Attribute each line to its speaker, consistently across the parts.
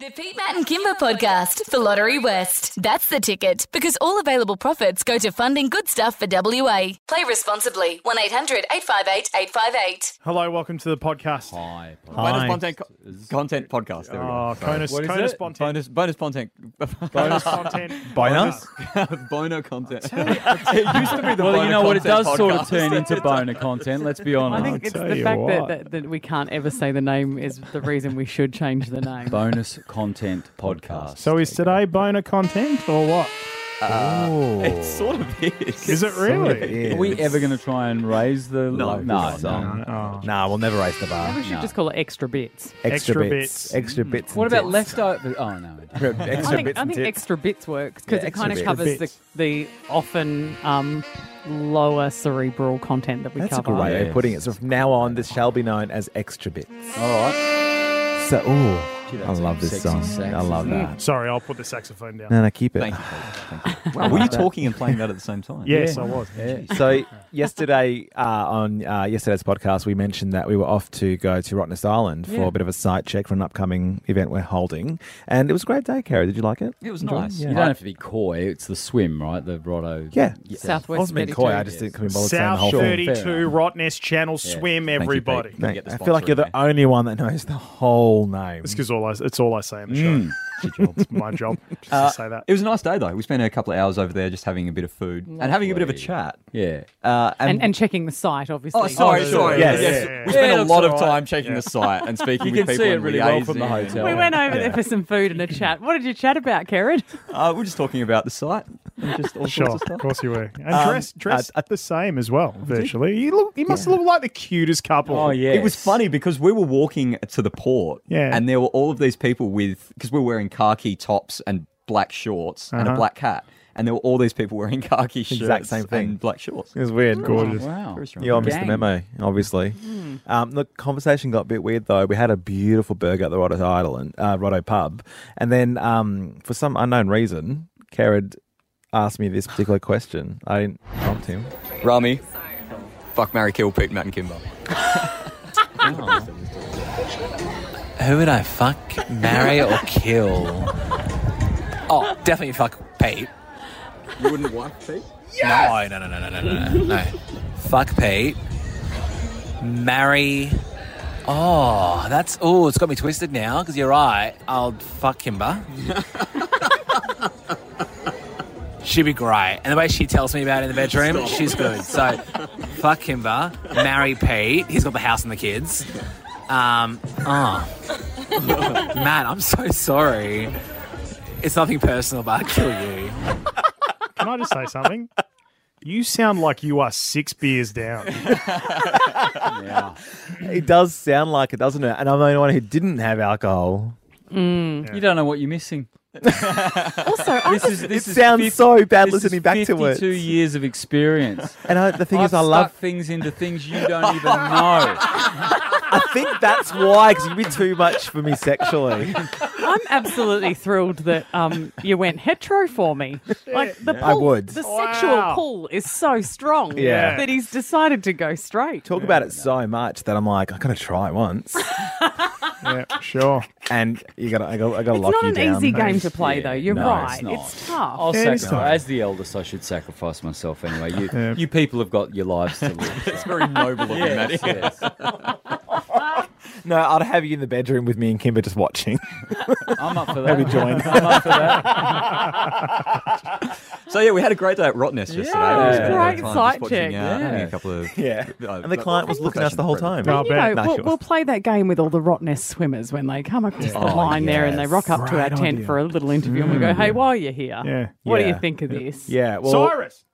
Speaker 1: The Pete, Matt, and Kimber podcast for Lottery West. That's the ticket because all available profits go to funding good stuff for WA. Play responsibly. 1 800 858 858.
Speaker 2: Hello, welcome to the podcast.
Speaker 3: Hi.
Speaker 4: Bonus
Speaker 2: Hi.
Speaker 4: content, co- content podcast. There we
Speaker 2: Oh,
Speaker 4: go.
Speaker 2: Conus,
Speaker 3: What is
Speaker 2: Conus
Speaker 3: it?
Speaker 2: Bonten.
Speaker 4: Bonus, bonus content.
Speaker 2: Bonus content.
Speaker 3: Bonus?
Speaker 4: Bono content.
Speaker 3: It used to be the Well, you
Speaker 4: boner
Speaker 3: know what? It does
Speaker 4: content
Speaker 3: sort of
Speaker 4: podcast.
Speaker 3: turn into boner content, let's be honest.
Speaker 5: I think it's
Speaker 2: tell
Speaker 5: the
Speaker 2: you
Speaker 5: fact
Speaker 2: what.
Speaker 5: that, that, that we can't ever say the name is the reason we should change the name.
Speaker 3: bonus content podcast.
Speaker 2: So is today boner content or what?
Speaker 4: It sort of is.
Speaker 2: Is it really?
Speaker 3: Are we ever going to try and raise the
Speaker 4: No,
Speaker 3: lo- no,
Speaker 4: no,
Speaker 3: no.
Speaker 2: Oh.
Speaker 6: Nah, we'll never raise the bar.
Speaker 5: We should just call it extra bits.
Speaker 6: Extra,
Speaker 2: Extra
Speaker 6: bits.
Speaker 2: bits.
Speaker 6: Extra
Speaker 5: Mm.
Speaker 6: bits.
Speaker 3: What
Speaker 6: and
Speaker 3: about
Speaker 6: tits.
Speaker 3: leftover? Oh no.
Speaker 6: extra
Speaker 5: I think,
Speaker 6: bits
Speaker 5: I
Speaker 6: and
Speaker 5: think
Speaker 6: tits.
Speaker 5: extra bits works because
Speaker 6: Yeah,
Speaker 5: it kind of
Speaker 6: extra
Speaker 5: covers the,
Speaker 2: bits.
Speaker 5: the often um, lower cerebral content that we
Speaker 6: That's a
Speaker 5: cover.
Speaker 6: good way
Speaker 3: Yes.
Speaker 6: of putting it. So from now on, this shall be known as extra bits.
Speaker 3: All right.
Speaker 6: So, ooh,
Speaker 3: Gee,
Speaker 6: I
Speaker 3: that's
Speaker 6: love this
Speaker 3: sexy
Speaker 6: song.
Speaker 3: sax,
Speaker 6: I love
Speaker 3: isn't it?
Speaker 6: that.
Speaker 2: Sorry, I'll put the saxophone down.
Speaker 6: No, no, keep it.
Speaker 4: Thank you. Cody. Thank you. Wow, were you talking and playing that at the same time?
Speaker 2: Yes, I was.
Speaker 6: So yesterday uh, on uh, yesterday's podcast, we mentioned that we were off to go to Rottnest Island for a bit of a site check for an upcoming event we're holding, and it was a great day. Carrie, did you like it?
Speaker 4: It was
Speaker 6: Enjoy?
Speaker 4: nice.
Speaker 3: You don't have to be coy. It's the swim, right? The Rotto.
Speaker 6: Yeah. I
Speaker 5: Southwest
Speaker 6: wasn't being
Speaker 5: 32.
Speaker 6: coy. I just didn't couldn't be bothered saying the
Speaker 2: South
Speaker 6: whole thing.
Speaker 2: 32
Speaker 3: Fair enough.
Speaker 2: Rottnest Channel Swim,
Speaker 4: you,
Speaker 2: everybody.
Speaker 4: Pete. Thank- Get the
Speaker 6: I
Speaker 4: sponsor
Speaker 6: feel like you're
Speaker 4: in
Speaker 6: the only one that knows the whole name.
Speaker 2: It's because all I, it's all I say in the show. it's my job just to say that.
Speaker 4: It was a nice day though. We spent a couple of hours over there just having a bit of food and having a bit of a
Speaker 3: Lovely.
Speaker 4: chat.
Speaker 3: Yeah.
Speaker 4: Uh, and,
Speaker 5: And, and checking the site, obviously.
Speaker 4: oh, sorry,
Speaker 2: sure.
Speaker 4: sorry.
Speaker 6: Yes.
Speaker 4: yes.
Speaker 2: Yeah, yeah,
Speaker 4: We
Speaker 3: yeah.
Speaker 4: spent
Speaker 3: Yeah,
Speaker 4: a lot
Speaker 3: that's
Speaker 4: of
Speaker 3: all right.
Speaker 4: time checking the site and speaking
Speaker 3: You
Speaker 4: with
Speaker 3: can
Speaker 4: people
Speaker 3: see it
Speaker 4: and
Speaker 3: really well
Speaker 4: liaising
Speaker 3: from the
Speaker 4: and-
Speaker 3: hotel.
Speaker 5: We went over there for some food and a chat. What did you chat about, Karen?
Speaker 4: Uh, we're just talking about the site and just all
Speaker 2: Sure,
Speaker 4: sorts of
Speaker 2: of
Speaker 4: stuff.
Speaker 2: course you were. And
Speaker 6: Um,
Speaker 2: dressed, dressed
Speaker 6: uh, uh,
Speaker 2: the same as well, virtually. You, look, you must look like the cutest couple.
Speaker 3: Oh yeah.
Speaker 4: It was funny because we were walking to the port,
Speaker 2: Yeah.
Speaker 4: and there were all of these people with because we were wearing khaki tops and black shorts and a black hat, and there were all these people wearing khaki shirts,
Speaker 6: Exact same thing.
Speaker 4: and black shorts.
Speaker 6: It was weird.
Speaker 2: Gorgeous.
Speaker 3: Wow.
Speaker 4: Very strong.
Speaker 6: You all missed the
Speaker 3: Gang.
Speaker 6: memo, obviously.
Speaker 4: Hmm.
Speaker 6: Um, look, conversation got a bit weird though. We had a beautiful burger at the Rotto Island, uh, Rotto Pub, and then um, for some unknown reason, Carrad asked me this particular question. I didn't prompt him.
Speaker 4: Rami, fuck Mary, kill Pete, Matt, and Kimber.
Speaker 7: Who would I fuck, marry, or kill? Oh, definitely fuck Pete.
Speaker 4: You wouldn't want Pete.
Speaker 7: Oh, No, no, no, no, no, no, no, no. Fuck Pete. Marry. Oh, that's. Oh, it's got me twisted now because you're right. I'll fuck Kimber. She'd be great. And the way she tells me about it in the bedroom, she's good. So, fuck Kimber. Marry Pete. He's got the house and the kids. Um, oh. Matt, I'm so sorry. It's nothing personal, but I'd kill you.
Speaker 2: Can I just say something? You sound like you are six beers down.
Speaker 6: It does sound like it, doesn't it? And I'm the only one who didn't have alcohol.
Speaker 3: You don't know what you're missing.
Speaker 5: Also, I
Speaker 3: This is this
Speaker 6: it
Speaker 3: is
Speaker 6: sounds
Speaker 3: 50
Speaker 6: so bad
Speaker 3: this is
Speaker 6: listening back to it.
Speaker 3: 52 years of experience.
Speaker 6: And I, the thing
Speaker 3: I've
Speaker 6: is, I love.
Speaker 3: stuck things into things you don't even know.
Speaker 6: I think that's why, because you'd be too much for me sexually.
Speaker 5: I'm absolutely thrilled that um, you went hetero for me. Like the pull,
Speaker 6: I would.
Speaker 5: The
Speaker 2: Wow.
Speaker 5: sexual pull is so strong
Speaker 6: Yeah.
Speaker 5: that he's decided to go straight.
Speaker 6: Talk about it so much that I'm like, I gotta try once,
Speaker 2: yeah, sure.
Speaker 6: and you gotta, I gotta, I gotta
Speaker 5: it's
Speaker 6: lock
Speaker 5: not
Speaker 6: you
Speaker 5: an
Speaker 6: down.
Speaker 5: easy game to play,
Speaker 3: Yeah,
Speaker 5: though. You're
Speaker 3: no,
Speaker 5: right.
Speaker 3: it's not.
Speaker 5: tough.
Speaker 3: I'll
Speaker 2: It is time.
Speaker 3: sacrifice. As the eldest, I should sacrifice myself anyway. You,
Speaker 2: Yeah.
Speaker 3: you people have got your lives to live.
Speaker 4: It's very noble of you, Matty.
Speaker 3: yes.
Speaker 6: No, I'd have you in the bedroom with me and Kimber just watching.
Speaker 3: I'm up for that.
Speaker 6: Maybe join.
Speaker 3: I'm up for that.
Speaker 4: So yeah, we had a great day at Rottnest yesterday.
Speaker 5: Yeah,
Speaker 4: We
Speaker 3: it was
Speaker 4: spent a lot
Speaker 5: great
Speaker 4: of time
Speaker 5: site
Speaker 4: just watching,
Speaker 5: check.
Speaker 4: uh, having
Speaker 3: Yeah.
Speaker 4: a couple of
Speaker 6: Yeah.
Speaker 4: uh,
Speaker 6: and the client was looking at us the whole time.
Speaker 2: No,
Speaker 5: You know,
Speaker 2: bet.
Speaker 5: we'll, we'll play that game with all the Rottnest swimmers when they come across the line there and they
Speaker 6: Oh, yes.
Speaker 5: rock up to our
Speaker 6: Great
Speaker 5: tent
Speaker 6: idea. Mm.
Speaker 5: for a little interview and we go, hey, while you're here,
Speaker 2: Yeah.
Speaker 5: what do
Speaker 6: Yeah.
Speaker 5: you think of this?
Speaker 6: Yeah. Well,
Speaker 2: Cyrus.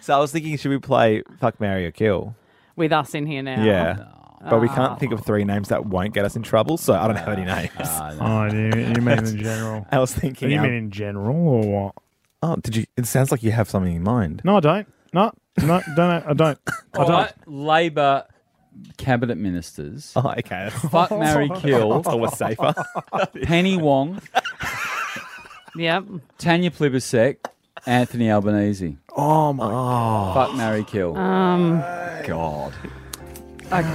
Speaker 6: so I was thinking, should we play Fuck, Marry, or Kill?
Speaker 5: With us in here now.
Speaker 6: Yeah. But we can't
Speaker 5: Oh.
Speaker 6: think of three names that won't get us in trouble, so I don't have
Speaker 5: Ah,
Speaker 6: any names.
Speaker 2: Oh, you, you mean in general?
Speaker 6: I was thinking,
Speaker 2: you
Speaker 6: um,
Speaker 2: mean in general or what?
Speaker 6: oh, did you? It sounds like you have something in mind.
Speaker 2: No, I don't. No, no, don't. I don't. I
Speaker 3: All
Speaker 2: don't.
Speaker 3: right, Labor cabinet ministers.
Speaker 6: Oh, okay. That's,
Speaker 3: Fuck, marry, kill.
Speaker 6: that's always safer.
Speaker 3: Penny Wong,
Speaker 5: Yep.
Speaker 3: Tanya Plibersek, Anthony Albanese.
Speaker 6: oh my. Oh.
Speaker 3: Fuck,
Speaker 5: Uh,
Speaker 3: marry, kill.
Speaker 4: God.
Speaker 5: Okay.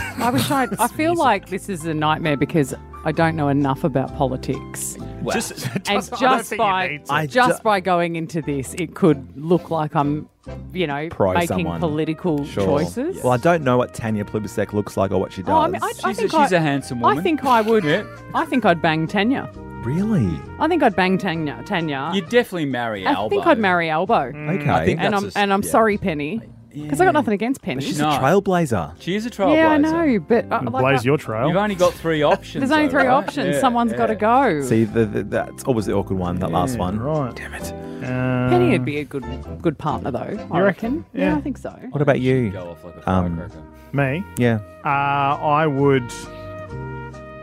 Speaker 5: I wish I. I feel like this is a nightmare because I don't know enough about politics.
Speaker 2: Just, just,
Speaker 5: And
Speaker 2: I don't
Speaker 5: just
Speaker 2: think you
Speaker 5: by
Speaker 2: need to.
Speaker 6: I
Speaker 5: just
Speaker 6: ju-
Speaker 5: by going into this, it could look like I'm, you know,
Speaker 6: Pro
Speaker 5: making
Speaker 6: someone.
Speaker 5: political choices.
Speaker 6: Well, I don't know what Tanya Plibersek looks like or what she does.
Speaker 5: Oh, I mean, I, I
Speaker 3: She's a-
Speaker 5: think
Speaker 3: she's
Speaker 5: I-
Speaker 3: a handsome woman.
Speaker 5: I think I would.
Speaker 3: Yeah.
Speaker 5: I think I'd bang Tanya.
Speaker 6: really?
Speaker 5: I think I'd bang Tanya. Tanya.
Speaker 3: You'd definitely marry
Speaker 5: I
Speaker 3: Albo. Mm.
Speaker 5: think I'd marry Elbow.
Speaker 6: Okay.
Speaker 4: I think
Speaker 5: And
Speaker 4: that's
Speaker 5: I'm
Speaker 4: a-
Speaker 5: and I'm
Speaker 4: yeah.
Speaker 5: sorry, Penny, because I got nothing against Penny.
Speaker 3: She's
Speaker 6: She's
Speaker 3: No.
Speaker 6: a trailblazer.
Speaker 3: She is a trailblazer.
Speaker 5: yeah, I know, but uh, like,
Speaker 2: Blaze
Speaker 5: I-
Speaker 2: your trail.
Speaker 3: You've only got three options.
Speaker 5: there's only
Speaker 3: though,
Speaker 5: three
Speaker 3: right?
Speaker 5: options.
Speaker 3: Yeah,
Speaker 5: Someone's
Speaker 3: yeah.
Speaker 5: got to go.
Speaker 6: See, the, the, that's always the awkward one, that last one.
Speaker 2: right.
Speaker 6: Damn it.
Speaker 2: Uh,
Speaker 5: Penny would be a good good partner though. I
Speaker 2: You
Speaker 5: reckon.
Speaker 2: reckon?
Speaker 5: Yeah.
Speaker 2: Yeah.
Speaker 5: I think so.
Speaker 6: What about
Speaker 3: Go
Speaker 6: you?
Speaker 3: off like a
Speaker 6: Um,
Speaker 3: firecracker.
Speaker 2: me.
Speaker 6: Yeah.
Speaker 2: Uh, I would.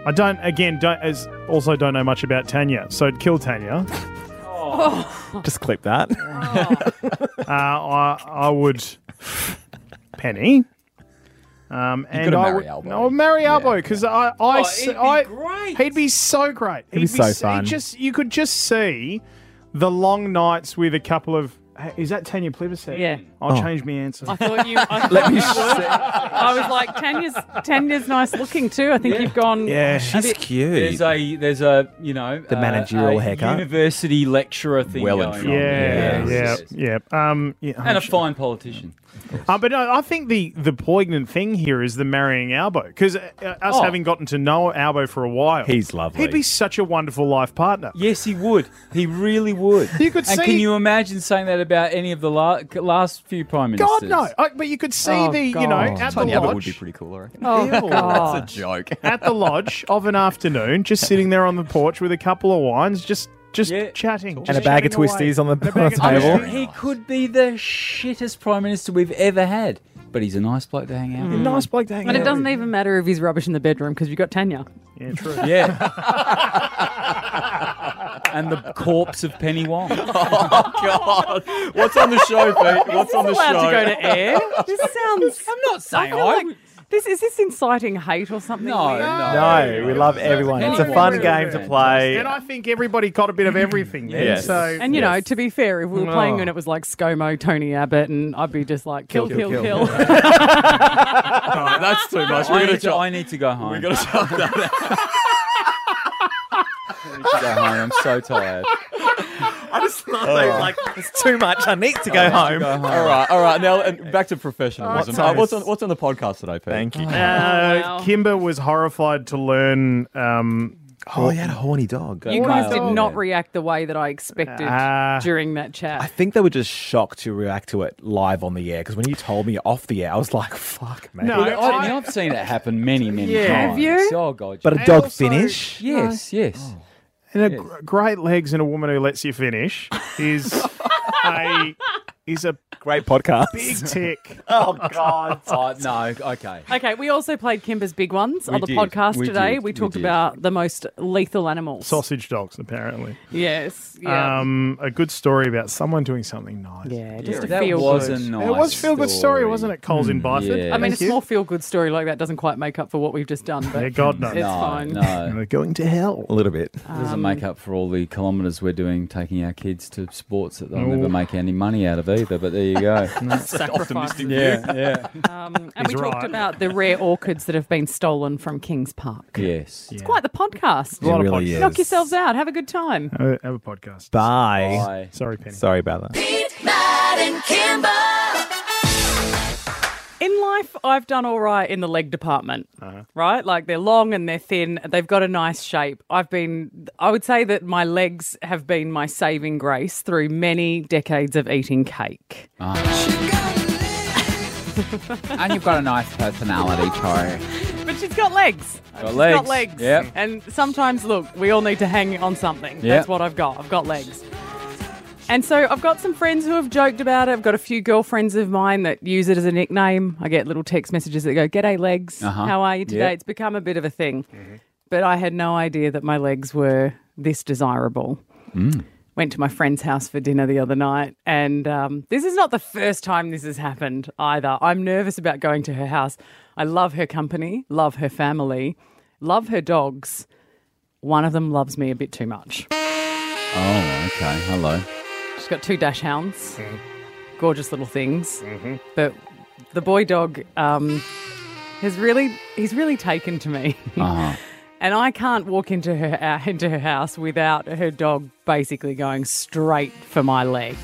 Speaker 2: I don't. Again, don't. As also don't know much about Tanya, so I'd kill Tanya.
Speaker 5: Oh.
Speaker 6: Just clip that.
Speaker 2: Uh, I I would Penny. Um, and
Speaker 4: gotta
Speaker 2: I
Speaker 4: marry
Speaker 2: would,
Speaker 4: Albo.
Speaker 2: No, I'd marry Albo because I, I,
Speaker 3: Oh,
Speaker 2: s-
Speaker 3: he'd be
Speaker 2: I-
Speaker 3: great.
Speaker 2: He'd be so great. He'd,
Speaker 6: be so
Speaker 2: s-
Speaker 6: fun.
Speaker 2: Just you could just see the long nights with a couple of. Hey, Is that Tanya Plibersek?
Speaker 5: Yeah.
Speaker 2: I'll
Speaker 6: Oh.
Speaker 2: change my answer.
Speaker 5: I thought you. I, Let me I was like, Tanya's Tanya's nice looking too. I think you've gone.
Speaker 2: yeah.
Speaker 6: She's cute.
Speaker 3: There's a there's a you know the
Speaker 6: managerial
Speaker 3: a
Speaker 6: haircut.
Speaker 3: university lecturer thing
Speaker 4: Well
Speaker 3: going
Speaker 4: and
Speaker 3: on.
Speaker 4: truly.
Speaker 2: Yeah, yeah,
Speaker 3: Yes, yes.
Speaker 2: yeah. Um, yeah,
Speaker 3: and a fine politician.
Speaker 2: Uh, but no, I think the the poignant thing here is the marrying Albo because uh, us
Speaker 3: Oh.
Speaker 2: having gotten to know Albo for a while,
Speaker 6: He's lovely.
Speaker 2: He'd be such a wonderful life partner.
Speaker 3: Yes, he would. He really would.
Speaker 2: You could
Speaker 3: and
Speaker 2: see-
Speaker 3: can you imagine saying that about any of the la- last few prime
Speaker 2: God
Speaker 3: ministers?
Speaker 2: no! I, but you could see
Speaker 5: Oh,
Speaker 2: the you know
Speaker 5: God.
Speaker 2: at
Speaker 4: Tony
Speaker 2: the
Speaker 4: Abbott
Speaker 2: lodge.
Speaker 4: would be pretty cool, I reckon.
Speaker 5: Oh
Speaker 2: Ew.
Speaker 5: God.
Speaker 4: That's a joke.
Speaker 2: at the lodge of an afternoon, just sitting there on the porch with a couple of wines, just just
Speaker 3: Yeah.
Speaker 2: chatting,
Speaker 6: And a bag of twisties on the, on the
Speaker 2: bag of
Speaker 3: I
Speaker 6: table.
Speaker 3: mean, he could be the shittest prime minister we've ever had, but he's a nice bloke to hang out with.
Speaker 2: nice bloke to hang
Speaker 5: But
Speaker 2: out
Speaker 5: it doesn't
Speaker 2: with.
Speaker 5: even matter if he's rubbish in the bedroom because you've got Tanya.
Speaker 2: Yeah, true.
Speaker 3: Yeah. and the corpse of Penny Wong.
Speaker 4: God. What's on the show, Pete? What's on the
Speaker 5: allowed to go
Speaker 4: show?
Speaker 5: to air. This sounds.
Speaker 3: I'm not saying
Speaker 5: I feel like this is this inciting hate or something.
Speaker 3: No,
Speaker 5: weird?
Speaker 3: no.
Speaker 6: No, we love everyone. It's a fun game to play.
Speaker 2: And I think everybody got a bit of everything. there,
Speaker 6: Yes.
Speaker 2: So
Speaker 5: And you know, to be fair, if we were playing and it was like ScoMo, Tony Abbott, and I'd be just like kill, kill,
Speaker 6: Kill,
Speaker 5: kill.
Speaker 6: kill,
Speaker 4: No, that's too much.
Speaker 3: I
Speaker 4: We're gonna
Speaker 3: need, to,
Speaker 4: chop.
Speaker 3: I need to go home.
Speaker 4: We're gonna chop that. out.
Speaker 3: go home. I'm so tired.
Speaker 6: I just love those, like, it's too much. I need to go home.
Speaker 3: Go home.
Speaker 4: All right, all right. Now and back to professionalism.
Speaker 6: Alright,
Speaker 4: Uh, what's
Speaker 6: nice.
Speaker 4: on What's on the podcast today, Pete?
Speaker 6: Thank you.
Speaker 2: Uh,
Speaker 5: wow.
Speaker 2: Kimber was horrified to learn. Um,
Speaker 6: Oh, he had a horny dog.
Speaker 5: You guys
Speaker 3: Wow.
Speaker 5: did not
Speaker 3: Yeah.
Speaker 5: react the way that I expected
Speaker 2: Ah.
Speaker 5: during that chat.
Speaker 6: I think they were just shocked to react to it live on the air because when you told me off the air, I was like, fuck, man.
Speaker 2: no,
Speaker 3: Well, I,
Speaker 2: I-
Speaker 3: have seen it happen many, many
Speaker 2: Oh, Yeah.
Speaker 3: times.
Speaker 2: Have
Speaker 5: you?
Speaker 3: Oh god.
Speaker 6: But a
Speaker 3: yeah.
Speaker 6: dog
Speaker 2: also-
Speaker 6: finish?
Speaker 3: yes, yes.
Speaker 2: and a gr- great legs and a woman who lets you finish is a is a
Speaker 6: Great podcast.
Speaker 2: big tick.
Speaker 6: oh, God.
Speaker 3: Oh no. Okay.
Speaker 5: okay, we also played Kimber's Big Ones on the
Speaker 3: did,
Speaker 5: podcast
Speaker 3: we
Speaker 5: today.
Speaker 3: did,
Speaker 5: We
Speaker 3: we
Speaker 5: talked
Speaker 3: did.
Speaker 5: about the most lethal animals.
Speaker 2: Sausage dogs, apparently.
Speaker 5: Yes. Yeah.
Speaker 2: Um, a good story about someone doing something nice.
Speaker 5: yeah, just a
Speaker 3: that
Speaker 5: feel
Speaker 3: was
Speaker 5: good.
Speaker 3: a nice.
Speaker 2: it was feel good story, wasn't it? Coles in Byford.
Speaker 3: yeah.
Speaker 5: I mean, a
Speaker 2: Thank you.
Speaker 5: small feel good story like that doesn't quite make up for what we've just done,
Speaker 2: Yeah,
Speaker 5: but
Speaker 2: God knows.
Speaker 5: it's
Speaker 3: No,
Speaker 5: fine.
Speaker 3: no.
Speaker 2: We're going to hell.
Speaker 6: A little bit.
Speaker 3: It doesn't make up for all the kilometres we're doing taking our kids to sports that they'll never make any money out of either. But there you go.
Speaker 5: Sacrifice.
Speaker 3: yeah, yeah.
Speaker 5: Um, and we
Speaker 2: He's
Speaker 5: talked
Speaker 2: right.
Speaker 5: about the rare orchids that have been stolen from Kings Park.
Speaker 3: Yes.
Speaker 5: It's quite the podcast.
Speaker 2: lot of podcasts.
Speaker 6: is.
Speaker 5: Knock yourselves out. Have a good time.
Speaker 2: Have a, Uh, have a podcast.
Speaker 6: Bye.
Speaker 3: Bye.
Speaker 2: Sorry, Penny.
Speaker 6: Sorry about that.
Speaker 1: Pete, Matt, and Kimber.
Speaker 5: In life, I've done all right in the leg department,
Speaker 3: Uh-huh.
Speaker 5: right? Like they're long and they're thin. They've got a nice shape. I've been, I would say that my legs have been my saving grace through many decades of eating cake.
Speaker 3: And you've got a nice personality, Cho.
Speaker 5: But she's got legs.
Speaker 3: Got
Speaker 5: She's
Speaker 3: legs.
Speaker 5: got legs.
Speaker 3: Yep.
Speaker 5: And sometimes, look, we all need to hang on something.
Speaker 3: Yep.
Speaker 5: That's what I've got. I've got legs. And so I've got some friends who have joked about it. I've got a few girlfriends of mine that use it as a nickname. I get little text messages that go, G'day, legs.
Speaker 3: Uh-huh.
Speaker 5: How are you today?
Speaker 3: Yep.
Speaker 5: It's become a bit of a thing. But I had no idea that my legs were this desirable. Went to my friend's house for dinner the other night, and um, this is not the first time this has happened either. I'm nervous about going to her house. I love her company, love her family, love her dogs. One of them loves me a bit too much.
Speaker 3: Oh, okay. Hello.
Speaker 5: She's got two dash hounds, gorgeous little things. But the boy dog um, has really he's really taken to me.
Speaker 3: Uh-huh.
Speaker 5: And I can't walk into her uh, into her house without her dog basically going straight for my leg.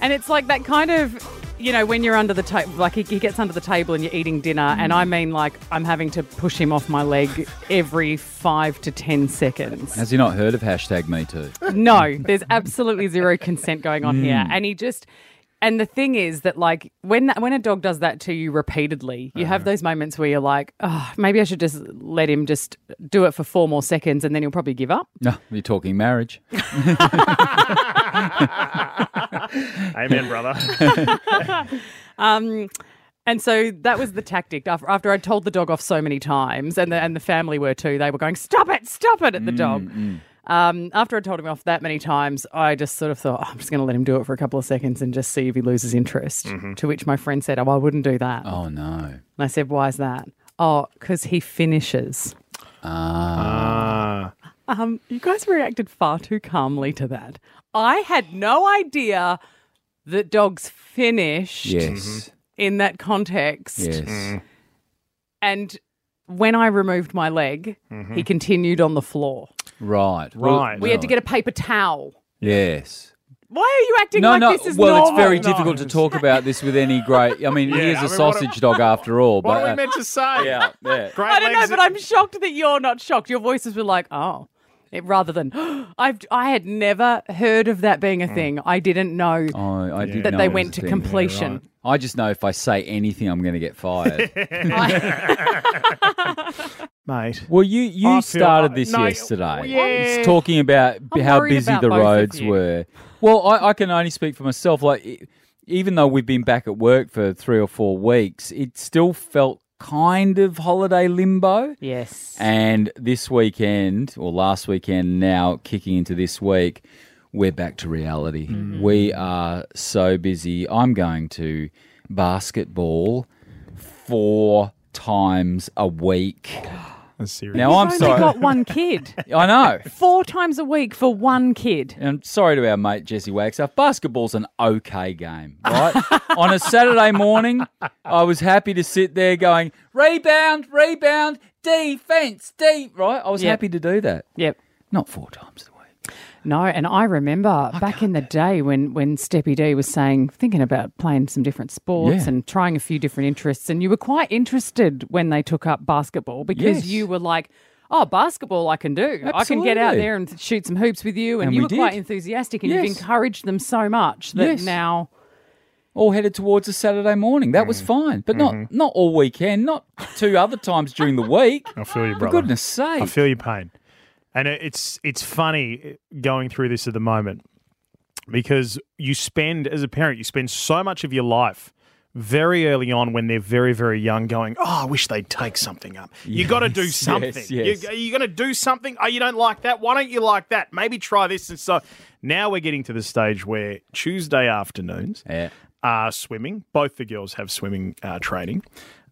Speaker 5: And it's like that kind of, you know, when you're under the table, like he, he gets under the table and you're eating dinner, and I mean, like I'm having to push him off my leg every five to ten seconds.
Speaker 3: Has he not heard of hashtag Me Too?
Speaker 5: No, there's absolutely zero consent going on here. And he just and the thing is that like when when a dog does that to you repeatedly, you have those moments where you're like, oh, maybe I should just let him just do it for four more seconds and then he'll probably give up.
Speaker 3: No, you're talking marriage.
Speaker 2: Amen, brother.
Speaker 5: Um and so that was the tactic after, after I told the dog off so many times and the, and the family were too. They were going, "Stop it, stop it" at the dog. Um, after I told him off that many times, I just sort of thought, oh, I'm just going to let him do it for a couple of seconds and just see if he loses interest. To which my friend said, Oh, I wouldn't do that.
Speaker 3: Oh no.
Speaker 5: And I said, Why is that? Oh, because he finishes.
Speaker 2: Ah.
Speaker 5: Um, you guys reacted far too calmly to that. I had no idea that dogs finished
Speaker 3: Yes.
Speaker 5: in that context.
Speaker 3: Yes.
Speaker 5: And when I removed my leg,
Speaker 3: Mm-hmm.
Speaker 5: he continued on the floor.
Speaker 3: Right.
Speaker 2: Right.
Speaker 5: We had to get a paper towel.
Speaker 3: Yes.
Speaker 5: Why are you acting
Speaker 3: No,
Speaker 5: like
Speaker 3: no.
Speaker 5: this is
Speaker 3: Well,
Speaker 5: normal?
Speaker 3: it's very
Speaker 2: No.
Speaker 3: difficult to talk about this with any great. I mean, he is
Speaker 2: I mean,
Speaker 3: a
Speaker 2: what
Speaker 3: sausage
Speaker 2: am-
Speaker 3: dog after
Speaker 2: What
Speaker 3: all. but
Speaker 2: are we
Speaker 3: uh,
Speaker 2: meant to say?
Speaker 3: yeah, yeah.
Speaker 2: Great
Speaker 5: I don't know,
Speaker 2: legs-
Speaker 5: but I'm shocked that you're not shocked. Your voices were like, oh, it, rather than I've I had never heard of that being a
Speaker 3: Mm.
Speaker 5: thing. I didn't know
Speaker 3: Oh, I did
Speaker 5: that
Speaker 3: know
Speaker 5: they
Speaker 3: it was
Speaker 5: went
Speaker 3: a
Speaker 5: to
Speaker 3: thing.
Speaker 5: completion.
Speaker 3: I just know if I say anything, I'm going to get fired.
Speaker 2: Mate.
Speaker 3: well, you you
Speaker 2: I feel-
Speaker 3: started this
Speaker 2: no,
Speaker 3: yesterday.
Speaker 2: yeah.
Speaker 3: It's talking about b-
Speaker 5: I'm
Speaker 3: how
Speaker 5: worried
Speaker 3: busy
Speaker 5: about
Speaker 3: the
Speaker 5: both of
Speaker 3: roads
Speaker 5: you.
Speaker 3: were. Well, I, I can only speak for myself. Like, e- even though we've been back at work for three or four weeks, it still felt kind of holiday limbo.
Speaker 5: Yes.
Speaker 3: And this weekend, or last weekend, now kicking into this week, we're back to reality.
Speaker 5: Mm-hmm.
Speaker 3: We are so busy. I'm going to basketball four times a week.
Speaker 2: That's serious.
Speaker 3: Now, Oh, I'm
Speaker 5: I've
Speaker 3: sorry.
Speaker 5: only got one kid.
Speaker 3: I know.
Speaker 5: Four times a week for one kid.
Speaker 3: And I'm sorry to our mate Jesse Wagstaff. Basketball's an okay game, right? On a Saturday morning, I was happy to sit there going, rebound, rebound, defense, deep, right? I was
Speaker 5: Yep.
Speaker 3: happy to do that.
Speaker 5: Yep.
Speaker 3: Not four times a week.
Speaker 5: No, and I remember
Speaker 3: Oh,
Speaker 5: back in the day when when Steppy D was saying thinking about playing some different sports
Speaker 3: Yeah.
Speaker 5: and trying a few different interests, and you were quite interested when they took up basketball because
Speaker 3: Yes.
Speaker 5: you were like, "Oh, basketball, I can do. I can get out
Speaker 3: Absolutely.
Speaker 5: there and shoot some hoops with you." And,
Speaker 3: And
Speaker 5: you
Speaker 3: we
Speaker 5: were quite
Speaker 3: did.
Speaker 5: enthusiastic, and you've
Speaker 3: Yes.
Speaker 5: encouraged them so much that
Speaker 3: Yes.
Speaker 5: now
Speaker 3: All headed towards a Saturday morning. That
Speaker 2: Mm.
Speaker 3: was fine, but not
Speaker 2: Mm-hmm.
Speaker 3: not all weekend, not two other times during the week.
Speaker 2: I feel you,
Speaker 3: For
Speaker 2: Oh, brother.
Speaker 3: goodness sake.
Speaker 2: I feel your pain, and it- it's it's funny uh, going through this at the moment because you spend as a parent you spend so much of your life very early on when they're very very young going oh i wish they'd take something up you got to do
Speaker 3: Yes,
Speaker 2: something
Speaker 3: yes, yes.
Speaker 2: You, are going to do something oh you don't like that why don't you like that maybe try this and so now we're getting to the stage where tuesday afternoons
Speaker 3: yeah.
Speaker 2: are swimming. Both the girls have swimming uh, training.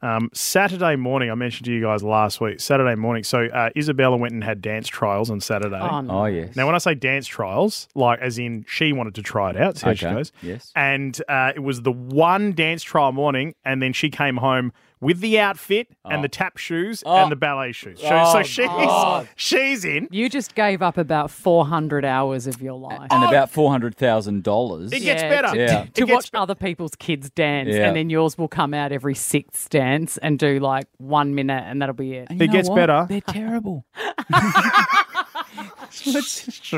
Speaker 2: Um, Saturday morning, I mentioned to you guys last week. Saturday morning, so uh, Isabella went and had dance trials on Saturday.
Speaker 5: um,
Speaker 3: Oh yes.
Speaker 2: now, when I say dance trials, like as in she wanted to try it out, see how she
Speaker 3: Okay,
Speaker 2: goes.
Speaker 3: yes.
Speaker 2: And uh, it was the one dance trial morning, and then she came home with the outfit and the
Speaker 3: Oh.
Speaker 2: tap shoes and the ballet shoes. So, so she's she's in.
Speaker 5: you just gave up about four hundred hours of your life.
Speaker 3: and about four hundred thousand dollars.
Speaker 2: Oh. It gets
Speaker 5: Yeah,
Speaker 2: better.
Speaker 3: to- Yeah.
Speaker 2: It
Speaker 5: to
Speaker 2: gets
Speaker 5: watch other people's kids dance,
Speaker 3: Yeah.
Speaker 5: and then yours will come out every sixth dance and do like one minute, and that'll be it.
Speaker 3: And you
Speaker 2: It
Speaker 3: know
Speaker 2: gets
Speaker 3: what?
Speaker 2: better.
Speaker 3: They're terrible.
Speaker 2: It gets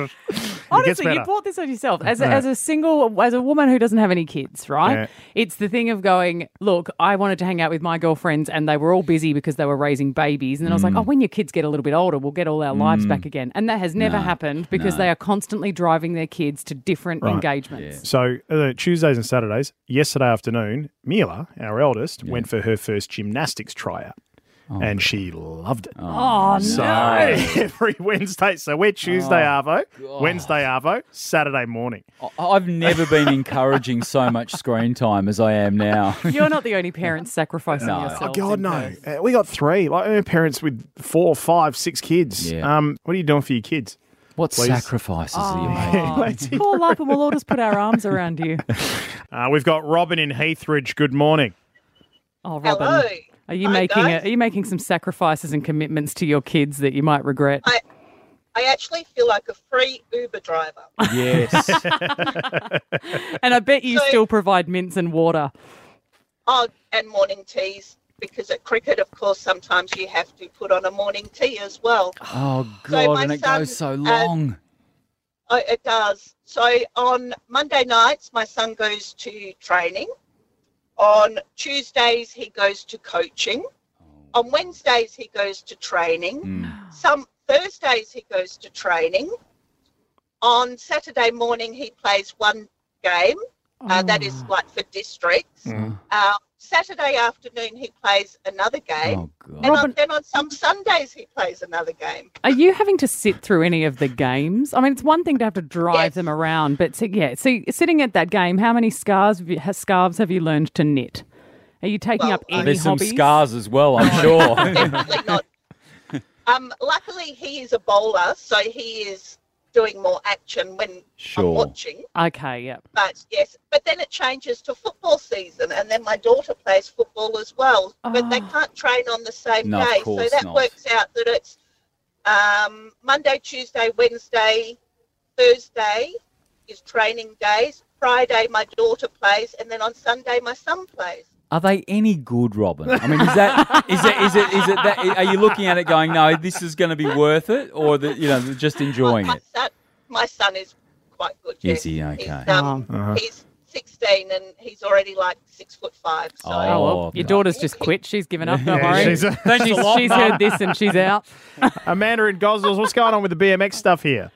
Speaker 5: Honestly, you
Speaker 2: better.
Speaker 5: bought this on yourself as a, as a single as a woman who doesn't have any kids, right?
Speaker 2: Yeah.
Speaker 5: It's the thing of going, look, I wanted to hang out with my girlfriends, and they were all busy because they were raising babies. And then
Speaker 2: Mm.
Speaker 5: I was like, oh, when your kids get a little bit older, we'll get all our lives back again. And that has never happened because they are constantly driving their kids to different engagements.
Speaker 2: So uh, Tuesdays and Saturdays. Yesterday afternoon, Mila, our eldest, went for her first gymnastics tryout, and she loved it.
Speaker 5: Oh,
Speaker 2: so every Wednesday, so we're Tuesday arvo, Wednesday arvo, Saturday morning.
Speaker 3: I- I've never been encouraging so much screen time as I am now.
Speaker 5: you're not the only parent sacrificing
Speaker 3: No.
Speaker 5: yourself.
Speaker 2: Oh God, no! Uh, we got three. Like her parents with four, five, six kids.
Speaker 3: Yeah.
Speaker 2: Um, what are you doing for your kids?
Speaker 3: What
Speaker 2: Please. Oh.
Speaker 3: sacrifices are you making?
Speaker 5: Call up and we'll all just put our arms around you.
Speaker 2: Uh, we've got Robin in Heathridge. Good morning.
Speaker 5: Oh, Robin.
Speaker 8: Hello.
Speaker 5: Are Are you
Speaker 8: I
Speaker 5: making
Speaker 8: know.
Speaker 5: a, are you making some sacrifices and commitments to your kids that you might regret?
Speaker 8: I- I actually feel like a free Uber driver.
Speaker 3: Yes.
Speaker 5: and I bet you
Speaker 8: So-
Speaker 5: still provide mints and water.
Speaker 8: Oh, and morning teas because at cricket, of course, sometimes you have to put on a morning tea as well.
Speaker 3: oh
Speaker 8: So
Speaker 3: god,
Speaker 8: my
Speaker 3: and it
Speaker 8: son,
Speaker 3: goes so
Speaker 8: uh,
Speaker 3: long.
Speaker 8: Oh, it does. So on Monday nights, my son goes to training. On Tuesdays, he goes to coaching.
Speaker 3: Oh.
Speaker 8: On Wednesdays, he goes to training.
Speaker 3: Mm.
Speaker 8: Some Thursdays, he goes to training. On Saturday morning, he plays one game. Uh, that is like for districts.
Speaker 3: Hmm.
Speaker 8: Uh, Saturday afternoon, he plays another game.
Speaker 3: Oh god.
Speaker 8: And on, then on some Sundays, he plays another game.
Speaker 5: Are you having to sit through any of the games? I mean, it's one thing to have to drive
Speaker 8: Yes.
Speaker 5: them around, but to, yeah, see, sitting at that game, how many scarves have you, ha- scarves have you learned to knit? Are you taking
Speaker 8: Well,
Speaker 5: up
Speaker 8: I-
Speaker 5: any
Speaker 3: There's some
Speaker 5: hobbies?
Speaker 3: scars as well, I'm sure.
Speaker 8: Definitely not. Um, luckily, he is a bowler, so he is doing more action when
Speaker 3: Sure.
Speaker 8: I'm watching.
Speaker 5: Okay, yeah.
Speaker 8: But yes, but then it changes to football season, and then my daughter plays football as well. But they
Speaker 5: Oh.
Speaker 8: can't train on the same
Speaker 3: No, of
Speaker 8: day, so
Speaker 3: course
Speaker 8: that
Speaker 3: not.
Speaker 8: works out that it's um, Monday, Tuesday, Wednesday, Thursday is training days. Friday, my daughter plays, and then on Sunday, my son plays.
Speaker 3: Are they any good, Robin? I mean, is that is it is it is it that are you looking at it going, no, this is going to be worth it, or that you know just enjoying
Speaker 8: my
Speaker 3: it?
Speaker 8: Son, my son is quite good.
Speaker 3: Is
Speaker 8: yes.
Speaker 3: he? Okay.
Speaker 8: He's, um,
Speaker 9: Oh. Uh-huh.
Speaker 8: he's 16 and he's already like six foot five. So
Speaker 5: Oh, well,
Speaker 3: Oh,
Speaker 5: your
Speaker 3: no.
Speaker 5: daughter's just quit. She's given up. Don't
Speaker 2: Yeah,
Speaker 5: worry.
Speaker 2: she's- Thanks a
Speaker 5: she's,
Speaker 2: lot,
Speaker 5: she's
Speaker 2: Mum.
Speaker 5: heard this and she's out.
Speaker 2: Amanda and Gosnells, what's going on with the BMX stuff here?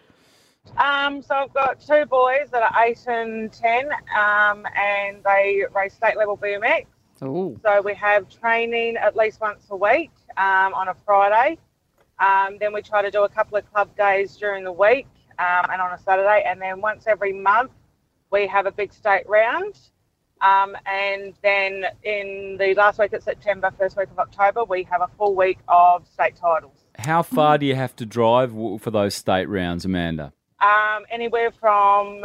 Speaker 9: Um, so I've got two boys that are eight and ten, um, and they race state level BMX.
Speaker 5: Oh,
Speaker 9: So we have training at least once a week um, on a Friday. Um, then we try to do a couple of club days during the week um, and on a Saturday. And then once every month, we have a big state round. Um, and then in the last week of September, first week of October, we have a full week of state titles.
Speaker 3: How far do you have to drive w- for those state rounds, Amanda?
Speaker 9: Um, anywhere from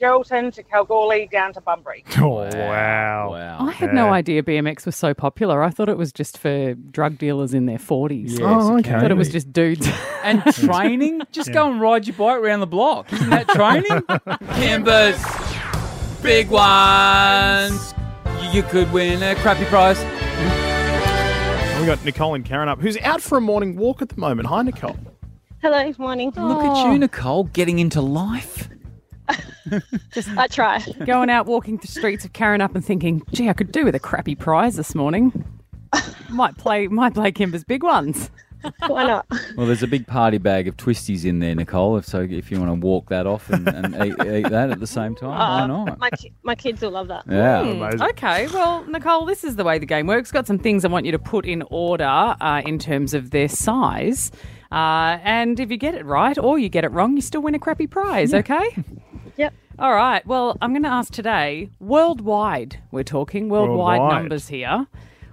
Speaker 9: Geraldton to Kalgoorlie down to Bunbury.
Speaker 2: Oh, wow.
Speaker 5: I
Speaker 3: Wow.
Speaker 5: had no
Speaker 2: Yeah.
Speaker 5: idea BMX was so popular. I thought it was just for drug dealers in their forties.
Speaker 2: Oh,
Speaker 3: it
Speaker 2: okay.
Speaker 5: I thought it was
Speaker 3: be.
Speaker 5: just dudes.
Speaker 3: and training. Just go and ride your bike around the block. Isn't that training? Kimbers, big ones. You- You could win a crappy prize.
Speaker 2: We got Nicole and Karen up, who's out for a morning walk at the moment. Hi, Nicole.
Speaker 10: Hello, good morning.
Speaker 3: Look at you, Nicole, getting into life.
Speaker 10: I try.
Speaker 5: going out walking the streets of Karen up and thinking, gee, I could do with a crappy prize this morning. might play might play Kimber's big ones.
Speaker 10: Why not?
Speaker 3: Well, there's a big party bag of twisties in there, Nicole. If so, if you want to walk that off and, and eat, eat that at the same time, why
Speaker 5: Ah,
Speaker 3: not?
Speaker 10: My, ki- my kids will love that.
Speaker 3: Yeah.
Speaker 2: Amazing.
Speaker 5: Okay, well, Nicole, this is the way the game works. Got some things I want you to put in order uh, in terms of their size. Uh, and if you get it right or you get it wrong, you still win a crappy prize, okay?
Speaker 10: Yep.
Speaker 5: All right. Well, I'm going to ask today, worldwide, we're talking worldwide,
Speaker 2: Worldwide.
Speaker 5: numbers here.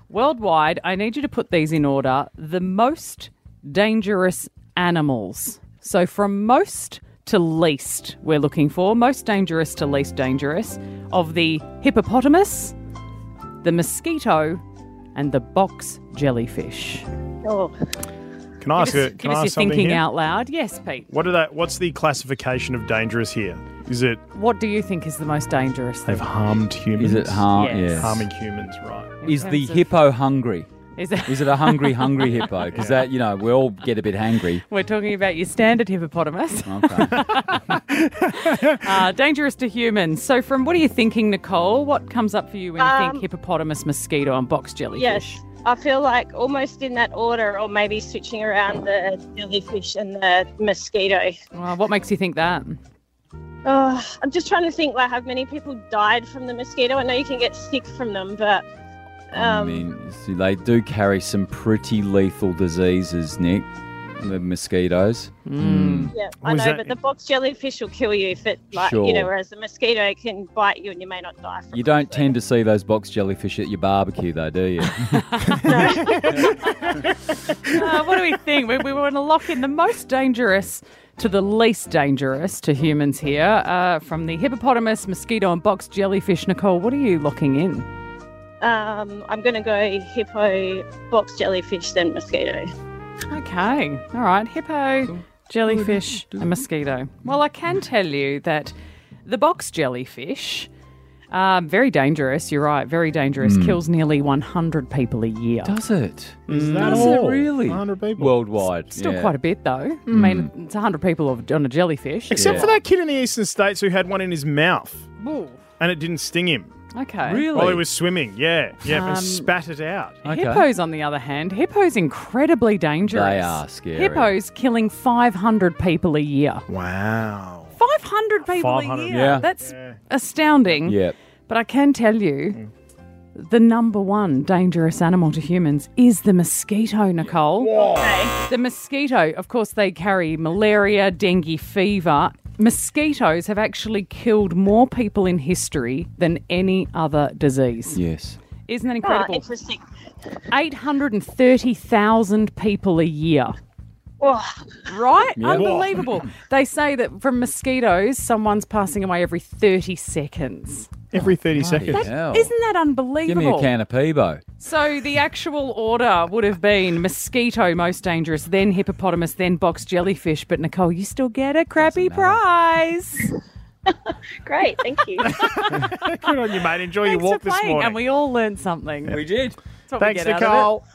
Speaker 5: Worldwide, I need you to put these in order the most dangerous animals. So from most to least, we're looking for most dangerous to least dangerous of the hippopotamus, the mosquito, and the box jellyfish.
Speaker 10: Oh,
Speaker 2: Can I ask,
Speaker 5: Give us-
Speaker 2: a, can
Speaker 5: give
Speaker 2: I
Speaker 5: us
Speaker 2: ask
Speaker 5: your
Speaker 2: something
Speaker 5: thinking
Speaker 2: here?
Speaker 5: out loud. Yes, Pete.
Speaker 2: What are that? What's the classification of dangerous here? Is it
Speaker 5: What do you think is the most dangerous?
Speaker 2: they've
Speaker 5: Thing?
Speaker 2: harmed humans?
Speaker 3: Is it harm?
Speaker 5: Yes.
Speaker 3: Yes.
Speaker 2: harming humans? Right.
Speaker 3: Is
Speaker 5: In
Speaker 3: the
Speaker 5: terms of-
Speaker 3: hippo hungry?
Speaker 5: Is it-
Speaker 3: Is it a hungry, hungry hippo? Because that, you know, we all get a bit hangry.
Speaker 5: We're talking about your standard hippopotamus.
Speaker 3: Okay.
Speaker 5: Uh, dangerous to humans. So, from what are you thinking, Nicole? What comes up for you when you
Speaker 10: Um,
Speaker 5: think hippopotamus, mosquito, and box jellyfish?
Speaker 10: yes. I feel like almost in that order, or maybe switching around the jellyfish and the mosquito.
Speaker 5: Well, Uh, what makes you think that?
Speaker 10: Oh, I'm just trying to think like how many people died from the mosquito. I know you can get sick from them, but
Speaker 3: I
Speaker 10: um,
Speaker 3: mean, see, they do carry some pretty lethal diseases, Nick. The mosquitoes.
Speaker 5: Hmm.
Speaker 10: yeah,
Speaker 2: Oh,
Speaker 10: I
Speaker 2: is
Speaker 10: know.
Speaker 2: that-
Speaker 10: But the box jellyfish will kill you if it, like,
Speaker 3: Sure.
Speaker 10: you know, whereas the mosquito can bite you and you may not die from
Speaker 3: You
Speaker 10: it,
Speaker 3: don't
Speaker 10: so-
Speaker 3: tend to see those box jellyfish at your barbecue, though, do you?
Speaker 5: Uh, what do we think? We, we want to lock in the most dangerous to the least dangerous to humans here. Uh, from the hippopotamus, mosquito, and box jellyfish, Nicole, what are you locking in?
Speaker 10: Um, I'm going to go hippo, box jellyfish, then mosquito. Ah,
Speaker 5: Okay. All right. Hippo, jellyfish, and mosquito. Well, I can tell you that the box jellyfish, um, very dangerous. You're right. Very dangerous. Kills nearly 100 people a year.
Speaker 3: Hmm. Does it?
Speaker 2: Is that
Speaker 3: Does it
Speaker 2: all?
Speaker 3: really?
Speaker 2: 100 people.
Speaker 3: Worldwide.
Speaker 5: Still
Speaker 3: yeah.
Speaker 5: quite a bit, though.
Speaker 3: Hmm.
Speaker 5: I mean, it's 100 people of- on a jellyfish.
Speaker 2: Except
Speaker 3: Yeah.
Speaker 2: for that kid in the eastern states who had one in his mouth
Speaker 5: Ooh,
Speaker 2: and it didn't sting him
Speaker 5: Okay.
Speaker 3: Really?
Speaker 2: while he was swimming. Yeah, yeah,
Speaker 5: Um,
Speaker 2: and spat it out.
Speaker 3: Okay.
Speaker 5: Hippos, on the other hand, hippos incredibly dangerous.
Speaker 3: They are scary.
Speaker 5: Hippos killing 500 people a year.
Speaker 2: Wow.
Speaker 5: 500 people
Speaker 2: 500,
Speaker 5: a year.
Speaker 3: yeah.
Speaker 5: That's astounding.
Speaker 3: Yeah.
Speaker 5: But I can tell you the number one dangerous animal to humans is the mosquito, Nicole. The mosquito, of course, they carry malaria, dengue fever. Mosquitoes have actually killed more people in history than any other disease.
Speaker 3: Yes.
Speaker 5: Isn't that
Speaker 10: Ah,
Speaker 5: incredible?
Speaker 10: interesting.
Speaker 5: 830,000 people a year.
Speaker 10: Oh,
Speaker 5: Right? Unbelievable. They say that from mosquitoes, someone's passing away every 30 seconds.
Speaker 2: Every 30
Speaker 3: Bloody
Speaker 2: seconds.
Speaker 3: hell.
Speaker 5: Isn't that
Speaker 3: Oh. Give
Speaker 5: unbelievable?
Speaker 3: me a can of Peebo.
Speaker 5: So the actual order would have been mosquito most dangerous, then hippopotamus, then box jellyfish. But Nicole, you still get a crappy prize.
Speaker 10: great. Thank you.
Speaker 2: Good on you, mate. Enjoy your
Speaker 5: Thanks
Speaker 2: walk
Speaker 5: for
Speaker 2: this
Speaker 5: playing,
Speaker 2: morning.
Speaker 5: and we all learned something.
Speaker 3: We did.
Speaker 5: That's what we
Speaker 2: Thanks,
Speaker 5: get out of it.
Speaker 2: Nicole.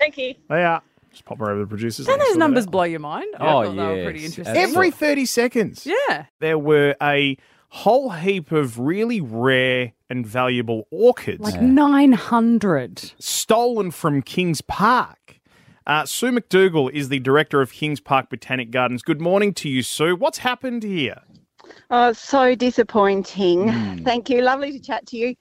Speaker 10: Thank you.
Speaker 2: Yeah. Just pop her over to the producers. Let them
Speaker 5: Don't those
Speaker 2: sort it
Speaker 5: numbers
Speaker 2: out.
Speaker 5: blow your mind? I
Speaker 3: Oh,
Speaker 5: thought they were pretty
Speaker 3: yes.
Speaker 5: interesting.
Speaker 2: Every 30 seconds.
Speaker 5: yeah.
Speaker 2: There were a whole heap of really rare and valuable orchids.
Speaker 5: Like 900.
Speaker 2: stolen from Kings Park. Uh, Sue McDougall is the director of Kings Park Botanic Gardens. Good morning to you, Sue. What's happened here?
Speaker 9: Oh, so disappointing. Thank you. Lovely to chat to you.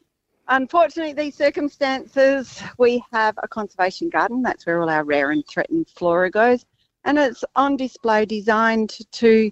Speaker 9: Unfortunately, these circumstances, we have a conservation garden. That's where all our rare and threatened flora goes. And it's on display designed to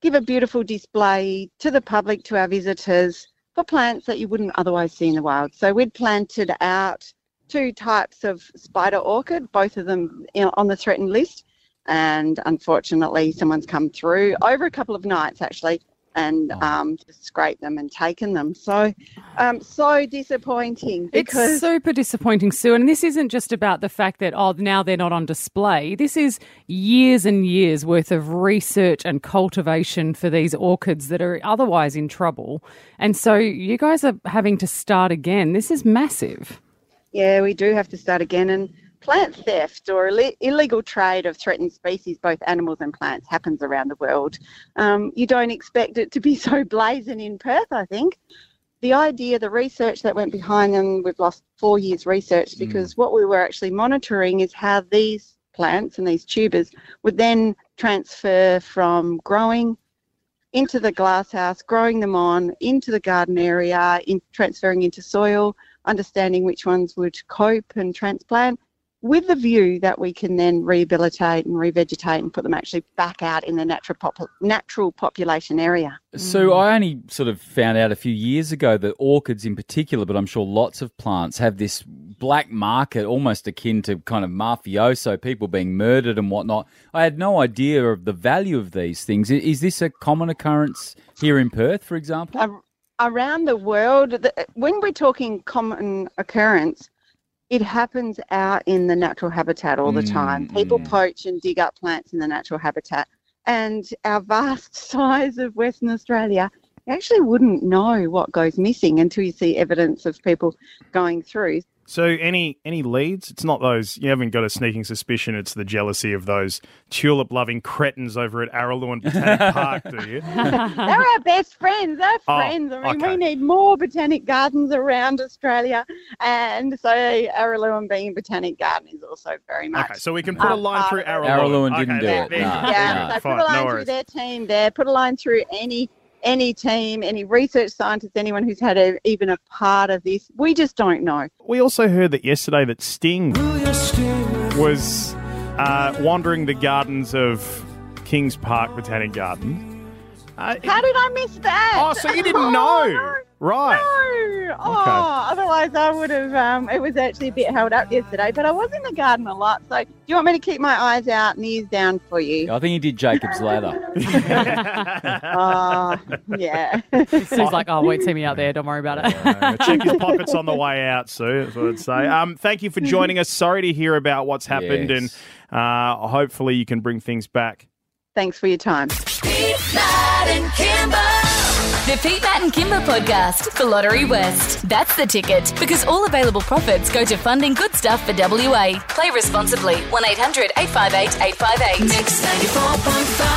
Speaker 9: give a beautiful display to the public, to our visitors, for plants that you wouldn't otherwise see in the wild. So we'd planted out two types of spider orchid, both of them you know, on the threatened list. And unfortunately, someone's come through over a couple of nights actually and um, just scraped them and taken them. So, um, so disappointing because
Speaker 5: it's super disappointing, Sue. And this isn't just about the fact that oh now they're not on display. This is years and years worth of research and cultivation for these orchids that are otherwise in trouble. And so you guys are having to start again. This is massive.
Speaker 9: Yeah, we do have to start again. And plant theft or Ill- illegal trade of threatened species, both animals and plants, happens around the world. Um, you don't expect it to be so blazing in Perth, I think. The idea, the research that went behind them, we've lost four years' research because what we were actually monitoring is how these plants and these tubers would then transfer from growing into the glasshouse, growing them on into the garden area, in, transferring into soil, understanding which ones would cope and transplant with the view that we can then rehabilitate and revegetate and put them actually back out in the natural, popu- natural population area.
Speaker 3: So I only sort of found out a few years ago that orchids in particular, but I'm sure lots of plants have this black market almost akin to kind of mafioso people being murdered and whatnot. I had no idea of the value of these things. I- Is this a common occurrence here in Perth, for example?
Speaker 9: Ar- around the world, the, when we're talking common occurrence, it happens out in the natural habitat all the
Speaker 2: Mm,
Speaker 9: time. People poach and dig up plants in the natural habitat. And our vast size of Western Australia, you actually wouldn't know what goes missing until you see evidence of people going through.
Speaker 2: So, any any leads? It's not those. You haven't got a sneaking suspicion. It's the jealousy of those tulip loving cretins over at Araloo and Botanic Park. Do you?
Speaker 9: They're our best friends. They're
Speaker 2: Oh,
Speaker 9: friends. I mean,
Speaker 2: okay.
Speaker 9: we need more botanic gardens around Australia. And so Araluen being a botanic garden is also very much.
Speaker 2: Okay, so we can put a
Speaker 9: Um,
Speaker 2: line through
Speaker 9: Araloo.
Speaker 2: Araloo.
Speaker 3: Araloo
Speaker 2: Okay,
Speaker 3: didn't do
Speaker 2: there-
Speaker 3: it,
Speaker 2: there you
Speaker 3: nah.
Speaker 2: go.
Speaker 9: yeah,
Speaker 2: Fine,
Speaker 9: so put a
Speaker 2: no
Speaker 9: line through
Speaker 2: worries.
Speaker 9: their team there. Put a line through any any team, any research scientist, anyone who's had a, even a part of this. We just don't know.
Speaker 2: We also heard that yesterday that Sting was uh, wandering the gardens of Kings Park Botanic Garden. Uh,
Speaker 9: How did I miss that?
Speaker 2: Oh, so you didn't know.
Speaker 9: no.
Speaker 2: Right.
Speaker 9: No. Oh, otherwise I would have. Um, it was actually a bit held up yesterday, but I was in the garden a lot. So, do you want me to keep my eyes out and ears down for you?
Speaker 3: I think he did Jacob's Ladder.
Speaker 9: Oh, yeah.
Speaker 5: Sue's like, oh, wait, see me out there. Don't worry about it.
Speaker 2: Uh, check your pockets on the way out, Sue. That's what I'd say. Um, thank you for joining us. Sorry to hear about what's happened,
Speaker 3: Yes.
Speaker 2: and uh, hopefully you can bring things back.
Speaker 9: Thanks for your time.
Speaker 1: Pete, Matt, and Kimber. The Pete, Matt, and Kimber podcast for Lottery West. That's the ticket because all available profits go to funding good stuff for WA. Play responsibly. 1 800 858 858. Mix 94.5.